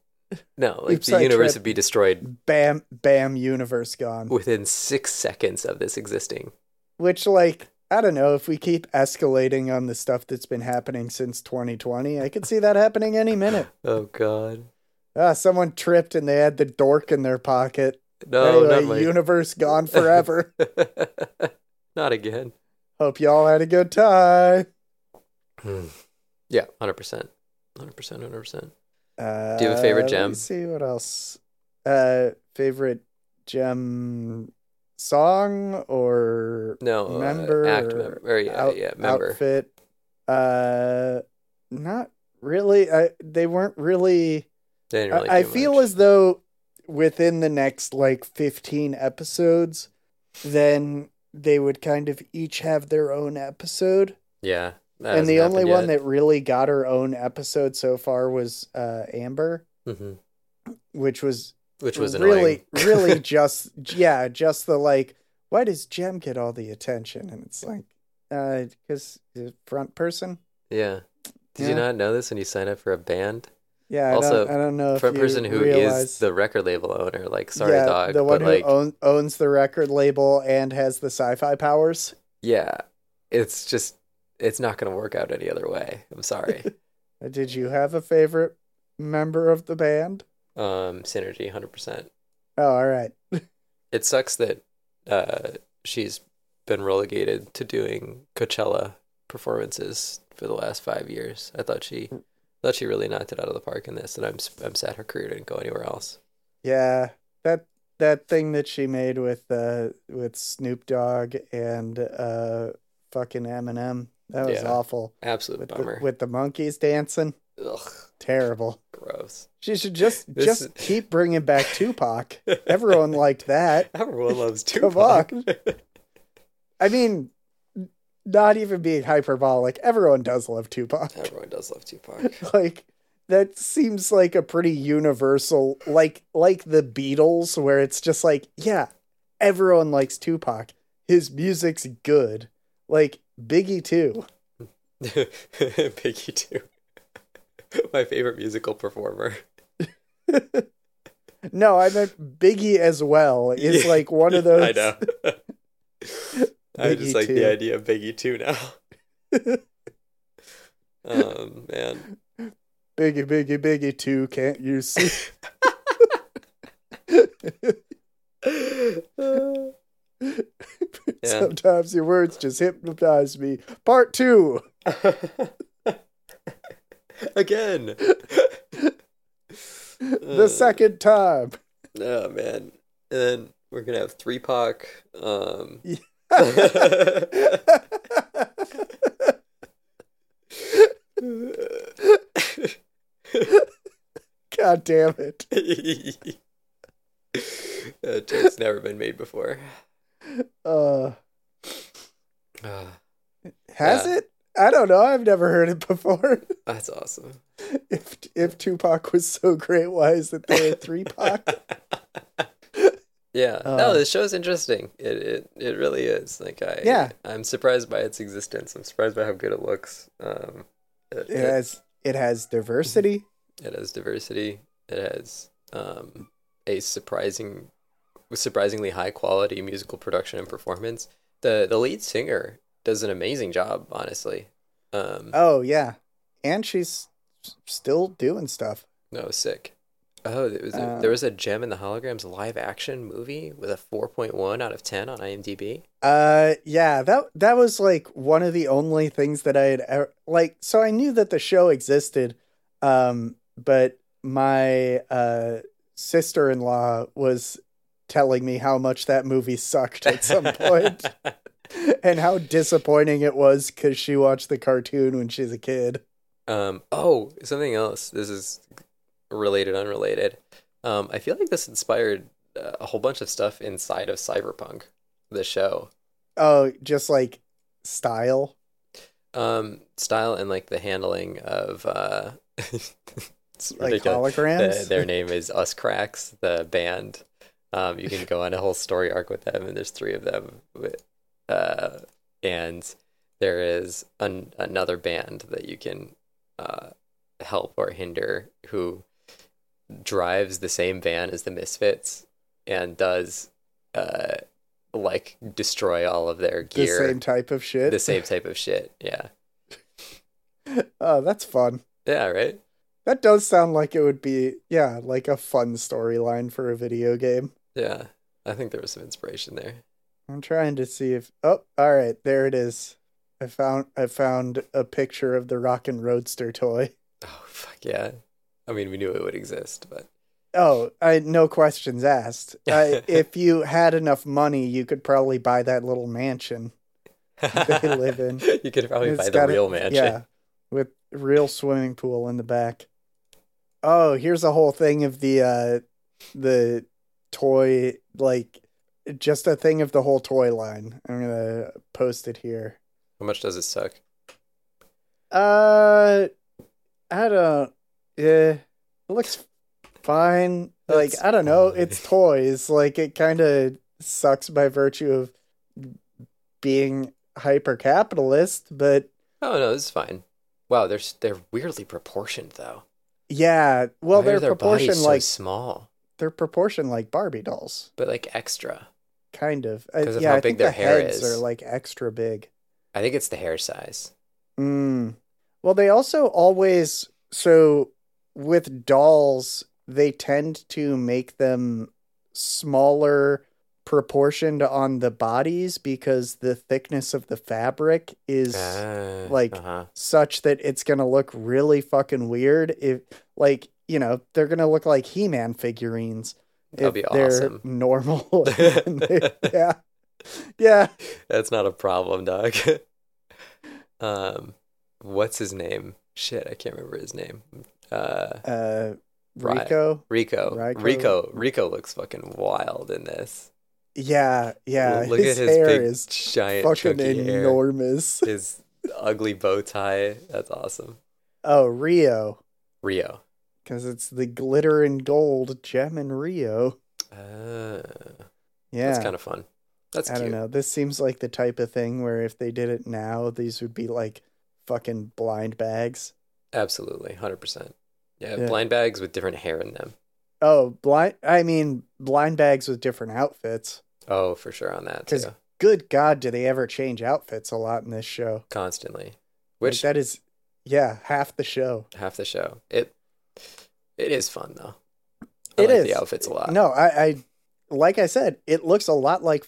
Speaker 3: No, like
Speaker 1: Oops,
Speaker 3: the
Speaker 1: I
Speaker 3: universe
Speaker 1: tripped.
Speaker 3: would be destroyed
Speaker 1: Bam bam universe gone.
Speaker 3: within six seconds of this existing.
Speaker 1: which like I don't know if we keep escalating on the stuff that's been happening since 2020. I could see that happening any minute.
Speaker 3: Oh God.
Speaker 1: Ah, someone tripped and they had the dork in their pocket. anyway,
Speaker 3: No, Oh, not my
Speaker 1: universe gone forever.
Speaker 3: Not again.
Speaker 1: Hope y'all had a good time.
Speaker 3: Yeah, hundred percent, hundred percent, hundred percent.
Speaker 1: Uh,
Speaker 3: Do you have a favorite
Speaker 1: Let
Speaker 3: gem?
Speaker 1: me see what else. Uh, favorite gem song or
Speaker 3: No, uh,
Speaker 1: Member
Speaker 3: act
Speaker 1: or
Speaker 3: member, or yeah,
Speaker 1: out-
Speaker 3: yeah, member.
Speaker 1: outfit. Uh, not really. I they weren't really.
Speaker 3: They didn't
Speaker 1: I-
Speaker 3: really
Speaker 1: I
Speaker 3: do
Speaker 1: feel
Speaker 3: much.
Speaker 1: as though within the next like 15 episodes, then they would kind of each have their own episode.
Speaker 3: yeah, That
Speaker 1: and the
Speaker 3: hasn't
Speaker 1: only
Speaker 3: happened
Speaker 1: one
Speaker 3: yet.
Speaker 1: that really got her own episode so far was uh, Amber,
Speaker 3: Mhm.
Speaker 1: which was
Speaker 3: which was
Speaker 1: really,
Speaker 3: annoying.
Speaker 1: really just yeah, just the like. Why does Jem get all the attention? And it's like, because the front person.
Speaker 3: yeah. Did
Speaker 1: Yeah.
Speaker 3: you not know this when you sign up for a band?
Speaker 1: Yeah, I
Speaker 3: Also,
Speaker 1: don't, I don't know if
Speaker 3: for a
Speaker 1: you
Speaker 3: person who is
Speaker 1: realize,
Speaker 3: the record label owner, like sorry
Speaker 1: yeah,
Speaker 3: dog,
Speaker 1: the one
Speaker 3: but
Speaker 1: who
Speaker 3: like
Speaker 1: own, owns the record label and has the sci-fi powers.
Speaker 3: yeah, it's just it's not going to work out any other way. I'm sorry.
Speaker 1: Did you have a favorite member of the band?
Speaker 3: um, synergy, hundred percent.
Speaker 1: Oh, all right.
Speaker 3: It sucks that uh, she's been relegated to doing Coachella performances for the last five years. I thought she thought she really knocked it out of the park in this, and I'm s- I'm sad her career didn't go anywhere else.
Speaker 1: Yeah, that that thing that she made with uh with Snoop Dogg and uh fucking Eminem that was
Speaker 3: Yeah.
Speaker 1: awful
Speaker 3: Absolute
Speaker 1: with the,
Speaker 3: bummer.
Speaker 1: with the monkeys dancing
Speaker 3: Ugh,
Speaker 1: terrible.
Speaker 3: gross.
Speaker 1: She should just
Speaker 3: This
Speaker 1: just
Speaker 3: is-
Speaker 1: keep bringing back Tupac. Everyone liked that.
Speaker 3: Everyone loves
Speaker 1: Tupac.
Speaker 3: Tupac.
Speaker 1: I mean, not even being hyperbolic. Everyone does love Tupac.
Speaker 3: Everyone does love Tupac.
Speaker 1: like that seems like a pretty universal like like the Beatles where it's just like yeah everyone likes Tupac his music's good like Biggie too
Speaker 3: Biggie too. My favorite musical performer.
Speaker 1: no I meant Biggie as well is
Speaker 3: Yeah.
Speaker 1: like one of those
Speaker 3: I know. I
Speaker 1: Biggie
Speaker 3: just like
Speaker 1: too.
Speaker 3: the idea of Biggie too now. um man.
Speaker 1: Biggie Biggie Biggie too can't you see
Speaker 3: Yeah.
Speaker 1: sometimes your words just hypnotize me part 2
Speaker 3: Again. Uh.
Speaker 1: the second time
Speaker 3: Oh man. And then we're gonna have three Pac. Um
Speaker 1: Yeah. god damn it
Speaker 3: that Uh, joke's never been made before.
Speaker 1: uh
Speaker 3: Ah,
Speaker 1: Has
Speaker 3: Yeah.
Speaker 1: it? I don't know. I've never heard it before.
Speaker 3: that's awesome.
Speaker 1: if if Tupac was so great, why is it there are three Pac?
Speaker 3: Yeah.
Speaker 1: Uh,
Speaker 3: no, this show's interesting. It it it really is. Like I
Speaker 1: Yeah.
Speaker 3: I'm surprised by its existence. I'm surprised by how good it looks. Um it,
Speaker 1: It
Speaker 3: it,
Speaker 1: has it has diversity.
Speaker 3: it has diversity. It has um a surprising surprisingly high quality musical production and performance. The the lead singer does an amazing job, honestly. Um
Speaker 1: Oh yeah, and she's s- still doing stuff.
Speaker 3: No, it was sick. Oh, there was a,
Speaker 1: Uh,
Speaker 3: there was a Gem in the Holograms live action movie with a 4.1 out of 10 on IMDb.
Speaker 1: Uh yeah, that that was like one of the only things that I had ever like so I knew that the show existed um but my uh sister-in-law was telling me how much that movie sucked at some point. and how disappointing it was because she watched the cartoon when she was a kid.
Speaker 3: um, oh, something else. This is related, unrelated. Um, I feel like this inspired uh, a whole bunch of stuff inside of Cyberpunk, the show.
Speaker 1: Oh, just like style.
Speaker 3: Um, style and like the handling of. Uh, it's
Speaker 1: Like
Speaker 3: ridiculous. the,
Speaker 1: holograms.
Speaker 3: their name is Us Cracks, the band. Um, you can go on a whole story arc with them, and there's three of them. With, uh, and there is an, another band that you can uh, help or hinder who drives the same van as the Misfits and does uh, like destroy all of their
Speaker 1: The
Speaker 3: gear.
Speaker 1: same type of shit.
Speaker 3: the same type of shit. Yeah.
Speaker 1: Oh, that's fun.
Speaker 3: Yeah, right?
Speaker 1: That does sound like it would be, yeah, like a fun storyline for a video game.
Speaker 3: Yeah. I think there was some inspiration there.
Speaker 1: I'm trying to see if. Oh, all right, there it is. I found I found a picture of the Rockin' Roadster toy.
Speaker 3: Oh fuck yeah! I mean, we knew it would exist, but
Speaker 1: Oh, I no questions asked. I, if you had enough money, you could probably buy that little mansion. They live in-
Speaker 3: You could probably
Speaker 1: It's
Speaker 3: buy the
Speaker 1: got a-
Speaker 3: real mansion.
Speaker 1: Yeah, with real swimming pool in the back. Oh, here's a whole thing of the uh the toy like just a thing of the whole toy line. I'm gonna post it here.
Speaker 3: How much does it suck?
Speaker 1: Uh, I don't. Yeah, it looks fine. Like
Speaker 3: It's
Speaker 1: I don't know.
Speaker 3: fine.
Speaker 1: It's toys. Like it kind of sucks by virtue of being hyper capitalist, but
Speaker 3: Oh no, it's fine. Wow, they're s- they're weirdly proportioned though.
Speaker 1: yeah. Well,
Speaker 3: Why are
Speaker 1: they're
Speaker 3: their bodies
Speaker 1: proportioned
Speaker 3: so
Speaker 1: like
Speaker 3: small,
Speaker 1: they're proportioned like Barbie dolls,
Speaker 3: but like extra.
Speaker 1: kind of. I-
Speaker 3: 'Cause of
Speaker 1: yeah,
Speaker 3: how
Speaker 1: I
Speaker 3: big
Speaker 1: think
Speaker 3: their
Speaker 1: the
Speaker 3: hair
Speaker 1: heads
Speaker 3: is.
Speaker 1: are like extra big.
Speaker 3: I think it's the hair size.
Speaker 1: Mm. Well, they also always so with dolls, they tend to make them smaller proportioned on the bodies because the thickness of the fabric is
Speaker 3: Ah,
Speaker 1: like-
Speaker 3: uh-huh.
Speaker 1: such that it's going to look really fucking weird if like, you know, they're going to look like He-Man figurines
Speaker 3: that'd
Speaker 1: if
Speaker 3: be
Speaker 1: they're
Speaker 3: awesome.
Speaker 1: normal. And they- yeah. Yeah.
Speaker 3: That's not a problem, dog. um, what's his name? Shit, I can't remember his name. Uh,
Speaker 1: Uh
Speaker 3: Right.
Speaker 1: Rico.
Speaker 3: Rico.
Speaker 1: Rico.
Speaker 3: Rico. Rico looks fucking wild in this.
Speaker 1: Yeah, yeah.
Speaker 3: Look
Speaker 1: his,
Speaker 3: at his
Speaker 1: hair
Speaker 3: big,
Speaker 1: is
Speaker 3: giant,
Speaker 1: fucking
Speaker 3: chunky hair.
Speaker 1: enormous.
Speaker 3: His ugly bow tie. That's awesome.
Speaker 1: Oh, Rio,
Speaker 3: Rio.
Speaker 1: because it's the glitter and gold gem in Rio.
Speaker 3: Uh,
Speaker 1: Yeah,
Speaker 3: That's kind of fun. That's
Speaker 1: I
Speaker 3: cute.
Speaker 1: don't know. This seems like the type of thing where if they did it now, these would be like fucking blind bags.
Speaker 3: Absolutely, hundred percent. Yeah,
Speaker 1: Yeah.
Speaker 3: blind bags with different hair in them.
Speaker 1: Oh, blind. I mean, blind bags with different outfits.
Speaker 3: Oh, for sure on that
Speaker 1: 'Cause-
Speaker 3: too.
Speaker 1: Good God, do they ever change outfits a lot in this show?
Speaker 3: Constantly,
Speaker 1: Like,
Speaker 3: which
Speaker 1: that is, yeah, half the show.
Speaker 3: half the show. It it is fun though. I
Speaker 1: It
Speaker 3: like
Speaker 1: is
Speaker 3: the outfits a lot.
Speaker 1: No, I, I, like I said, it looks a lot like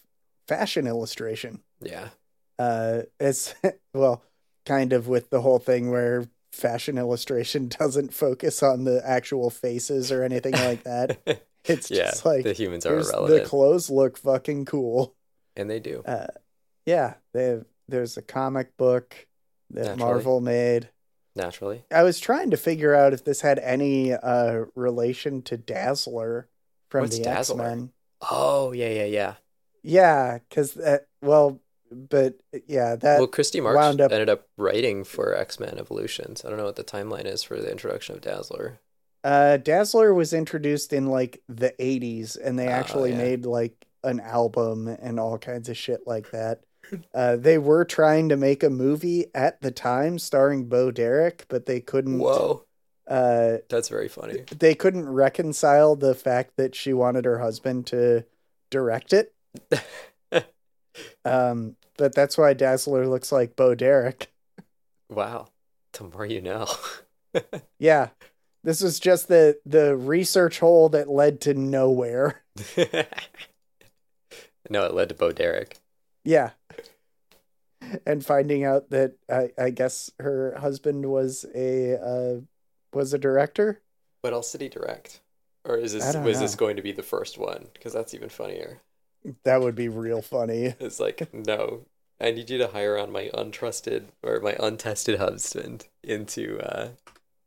Speaker 1: fashion illustration.
Speaker 3: Yeah,
Speaker 1: uh it's well kind of with the whole thing where fashion illustration doesn't focus on the actual faces or anything like that it's
Speaker 3: yeah.
Speaker 1: just like
Speaker 3: the humans are
Speaker 1: here's the
Speaker 3: irrelevant,
Speaker 1: clothes look fucking cool
Speaker 3: and they do.
Speaker 1: uh yeah they have, there's a comic book that
Speaker 3: Naturally.
Speaker 1: marvel made
Speaker 3: Naturally.
Speaker 1: i was trying to figure out if this had any uh relation to dazzler from
Speaker 3: What's
Speaker 1: the
Speaker 3: Dazzler?
Speaker 1: x-men
Speaker 3: Oh yeah, yeah, yeah.
Speaker 1: yeah because that well but yeah that
Speaker 3: well, Christy March
Speaker 1: wound up-
Speaker 3: ended up writing for X Men Evolutions. I don't know what the timeline is for the introduction of Dazzler.
Speaker 1: Uh, Dazzler was introduced in like the 80s, and they
Speaker 3: Ah,
Speaker 1: actually
Speaker 3: yeah.
Speaker 1: made like an album and all kinds of shit like that. Uh, they were trying to make a movie at the time starring Bo Derek, but they couldn't.
Speaker 3: Whoa,
Speaker 1: Uh,
Speaker 3: that's very funny.
Speaker 1: they couldn't reconcile the fact that she wanted her husband to direct it. um, but that's why Dazzler looks like Bo Derek.
Speaker 3: Wow, the more you know.
Speaker 1: Yeah, this was just the the research hole that led to nowhere.
Speaker 3: no, it led to Bo Derek.
Speaker 1: Yeah. And finding out that I, I guess her husband was a uh, was a director.
Speaker 3: What else did he direct? Or is
Speaker 1: I
Speaker 3: this
Speaker 1: don't
Speaker 3: was this
Speaker 1: know.
Speaker 3: going to be the first one? Because that's even funnier.
Speaker 1: That would be real funny.
Speaker 3: It's like, no, I need you to hire on my untrusted or my untested husband into uh,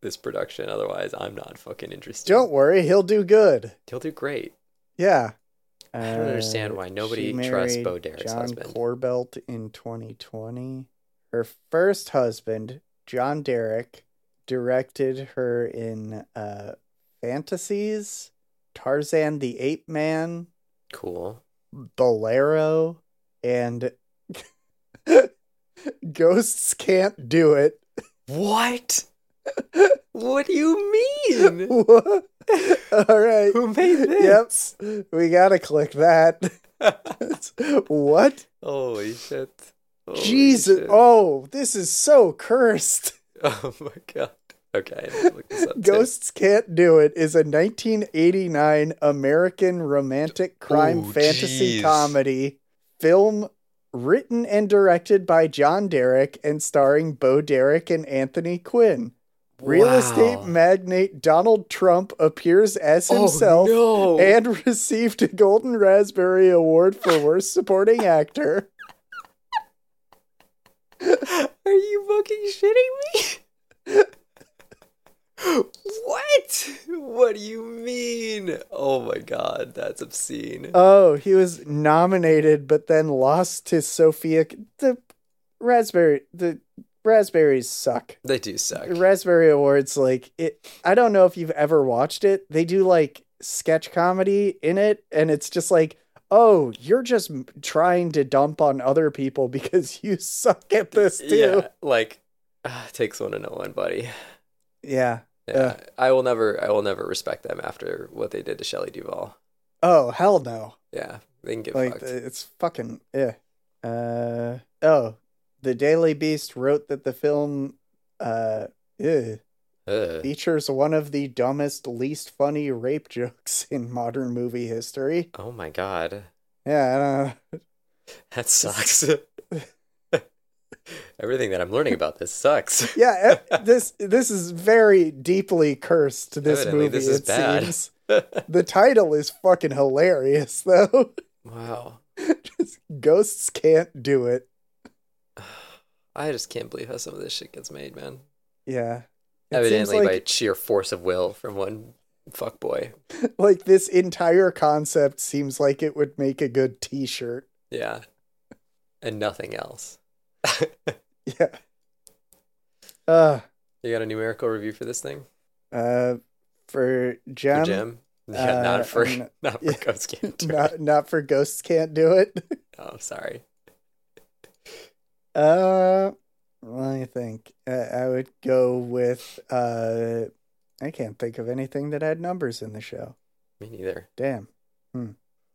Speaker 3: this production. Otherwise, I'm not fucking interested.
Speaker 1: Don't worry, he'll do good.
Speaker 3: He'll do great.
Speaker 1: Yeah. Uh,
Speaker 3: I don't understand why nobody trusts Bo Derek's
Speaker 1: John
Speaker 3: husband.
Speaker 1: Corbelt in 2020. Her first husband, John Derek, directed her in uh, Fantasies, Tarzan the Ape Man,
Speaker 3: cool.
Speaker 1: Bolero and Ghosts Can't Do It.
Speaker 3: What? what do you mean?
Speaker 1: What? All right.
Speaker 3: Who made
Speaker 1: Yep.
Speaker 3: this?
Speaker 1: We got to click that. what?
Speaker 3: Holy shit. Holy
Speaker 1: Jesus.
Speaker 3: shit.
Speaker 1: Oh, this is so cursed.
Speaker 3: Oh my god. Okay, I need to look this up. too.
Speaker 1: Ghosts Can't Do It is a 1989 American romantic crime
Speaker 3: Oh,
Speaker 1: fantasy
Speaker 3: jeez.
Speaker 1: comedy film written and directed by John Derek and starring Bo Derek and Anthony Quinn. Real
Speaker 3: Wow.
Speaker 1: estate magnate Donald Trump appears as himself
Speaker 3: Oh, no.
Speaker 1: and received a Golden Raspberry Award for Worst Supporting Actor.
Speaker 3: Are you fucking shitting me? what? What do you mean? Oh my god, that's obscene.
Speaker 1: Oh, he was nominated but then lost to Sophia. The Raspberry, the raspberries suck.
Speaker 3: They do suck.
Speaker 1: Raspberry Awards, like it. I don't know if you've ever watched it. They do like sketch comedy in it, and it's just like, oh, you're just m- trying to dump on other people because you suck at this too.
Speaker 3: Yeah, like ah, it takes one to know one, buddy.
Speaker 1: Yeah.
Speaker 3: Yeah.
Speaker 1: Ugh.
Speaker 3: Uh, I will never I will never respect them after what they did to Shelley Duvall.
Speaker 1: Oh hell no!
Speaker 3: Yeah. They can get
Speaker 1: Like
Speaker 3: fucked.
Speaker 1: th- it's fucking yeah. Uh oh, the Daily Beast wrote that the film uh ugh,
Speaker 3: Ugh.
Speaker 1: features one of the dumbest, least funny rape jokes in modern movie history.
Speaker 3: Oh my god.
Speaker 1: Yeah, I don't know.
Speaker 3: That sucks. Everything that I'm learning about this sucks.
Speaker 1: yeah e- this this is very deeply cursed this
Speaker 3: Evidently,
Speaker 1: movie
Speaker 3: this is
Speaker 1: it
Speaker 3: bad.
Speaker 1: seems the title is fucking hilarious though
Speaker 3: wow.
Speaker 1: Just, ghosts can't do it
Speaker 3: I just can't believe how some of this shit gets made, man.
Speaker 1: yeah it
Speaker 3: Evidently
Speaker 1: seems
Speaker 3: by
Speaker 1: like,
Speaker 3: sheer force of will from one fuckboy.
Speaker 1: like this entire concept seems like it would make a good t-shirt
Speaker 3: Yeah. And nothing else.
Speaker 1: yeah uh
Speaker 3: You got a numerical review for this thing?
Speaker 1: uh for
Speaker 3: For
Speaker 1: gem,
Speaker 3: Jim? Yeah,
Speaker 1: uh,
Speaker 3: not for
Speaker 1: I'm not-
Speaker 3: not for
Speaker 1: yeah.
Speaker 3: Ghost Cantor.
Speaker 1: not not for ghosts can't do it
Speaker 3: Oh, I'm sorry.
Speaker 1: Uh, let me think. Uh, I would go with uh, I can't think of anything that had numbers in the show.
Speaker 3: Me neither.
Speaker 1: Damn.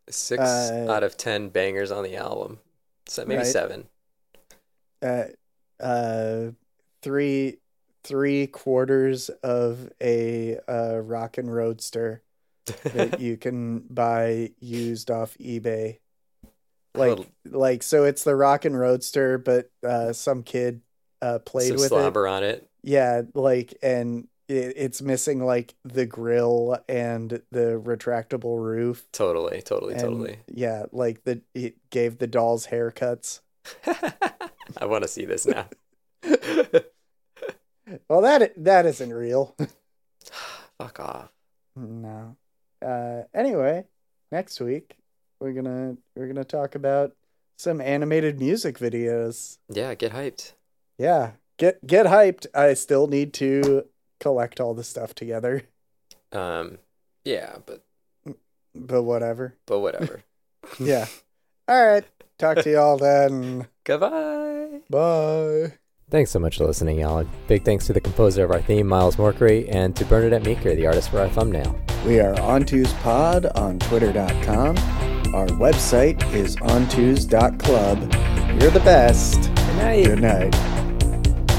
Speaker 3: Six
Speaker 1: Uh,
Speaker 3: out of ten bangers on the album. So maybe
Speaker 1: Right.
Speaker 3: seven.
Speaker 1: Uh, uh, three three quarters of a uh rock and roadster that you can buy used off eBay. Like
Speaker 3: Little-
Speaker 1: like so it's the rock and roadster, but uh, some kid uh played
Speaker 3: Some
Speaker 1: with it.
Speaker 3: slobber on it.
Speaker 1: Yeah, like and it, it's missing like the grill and the retractable roof.
Speaker 3: Totally, totally,
Speaker 1: and,
Speaker 3: totally.
Speaker 1: Yeah, like the it gave the dolls haircuts.
Speaker 3: I want to see this now.
Speaker 1: Well, that that isn't real.
Speaker 3: Fuck off.
Speaker 1: no. Uh anyway, next week we're going to we're going to talk about some animated music videos.
Speaker 3: Yeah, get hyped.
Speaker 1: Yeah. Get get hyped. I still need to collect all the stuff together,
Speaker 3: Um, yeah, but
Speaker 1: but whatever.
Speaker 3: but whatever.
Speaker 1: Yeah. all right. Talk to y'all then.
Speaker 3: Goodbye.
Speaker 1: Bye.
Speaker 3: Thanks so much for listening, y'all. Big thanks to the composer of our theme, Miles Morkery, and to Bernadette Meeker, the artist for our thumbnail.
Speaker 1: We are Ontoos Pod on Twitter.com. Our website is ontoos.club. You're the best. Good night. Good night.